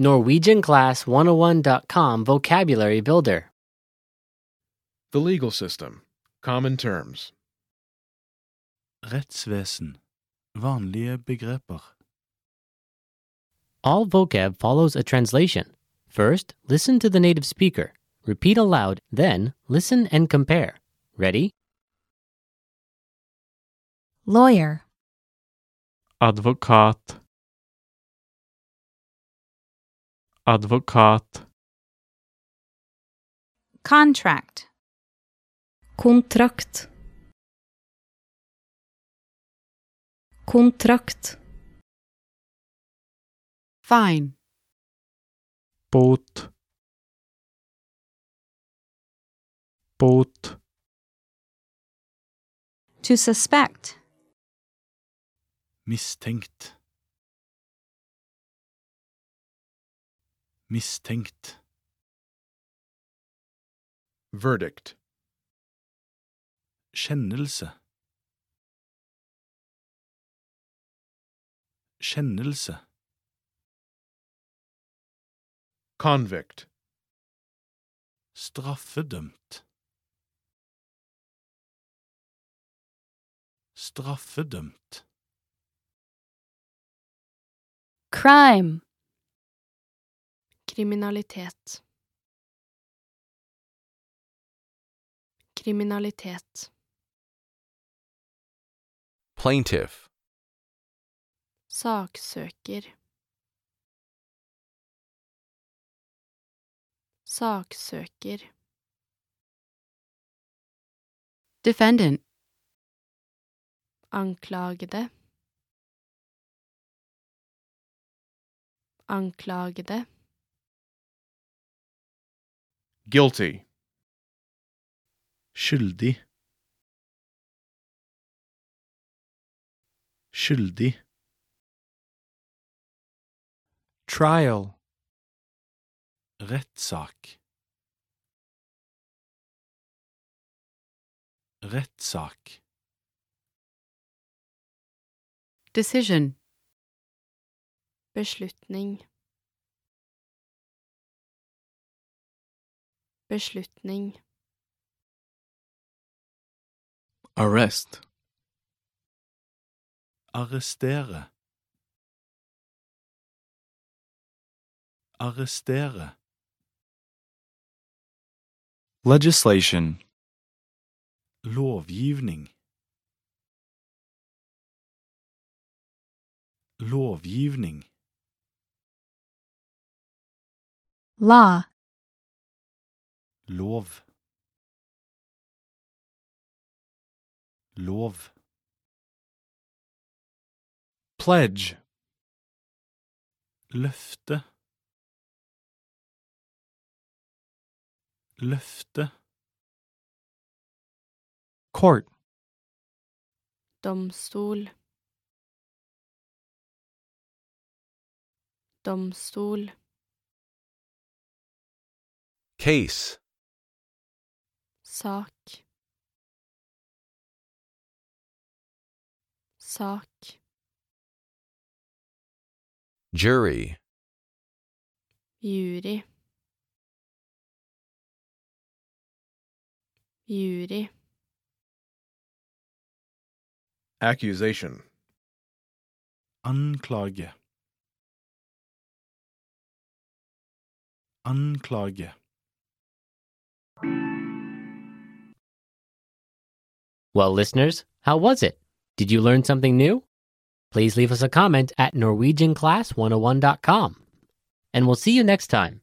NorwegianClass101.com Vocabulary Builder. The legal system. Common terms. Rettsvesen. Vanlige begreper. All vocab follows a translation. First, listen to the native speaker. Repeat aloud, then, listen and compare. Ready? lawyer, advokat advokat contract, Kontrakt. Kontrakt. fine, bot bot to suspect, Mistenkt. Mistenkt. Verdict. Kjennelse. Kjennelse. Convict. Straffedømt. Straffedømt. crime, Kriminalitet. Kriminalitet. Plaintiff. Saksøker. Saksøker. defendant, Anklagede. Anklagede. Guilty. Skyldig. Skyldig. trial Rettssak. Rettssak. decision, Beslutning. Beslutning. Arrest. Arrestere. Arrestere. Legislation. Lovgivning. Lovgivning. law, Lov. Lov. Pledge. Løfte. Løfte. Court. Domstol. Domstol. Case. Sak. Sak. Jury. Jury. Jury. Accusation. Anklage. Anklage. Well, listeners, how was it? Did you learn something new? oh Please leave us a comment at NorwegianClass101.com. And we'll see you next time.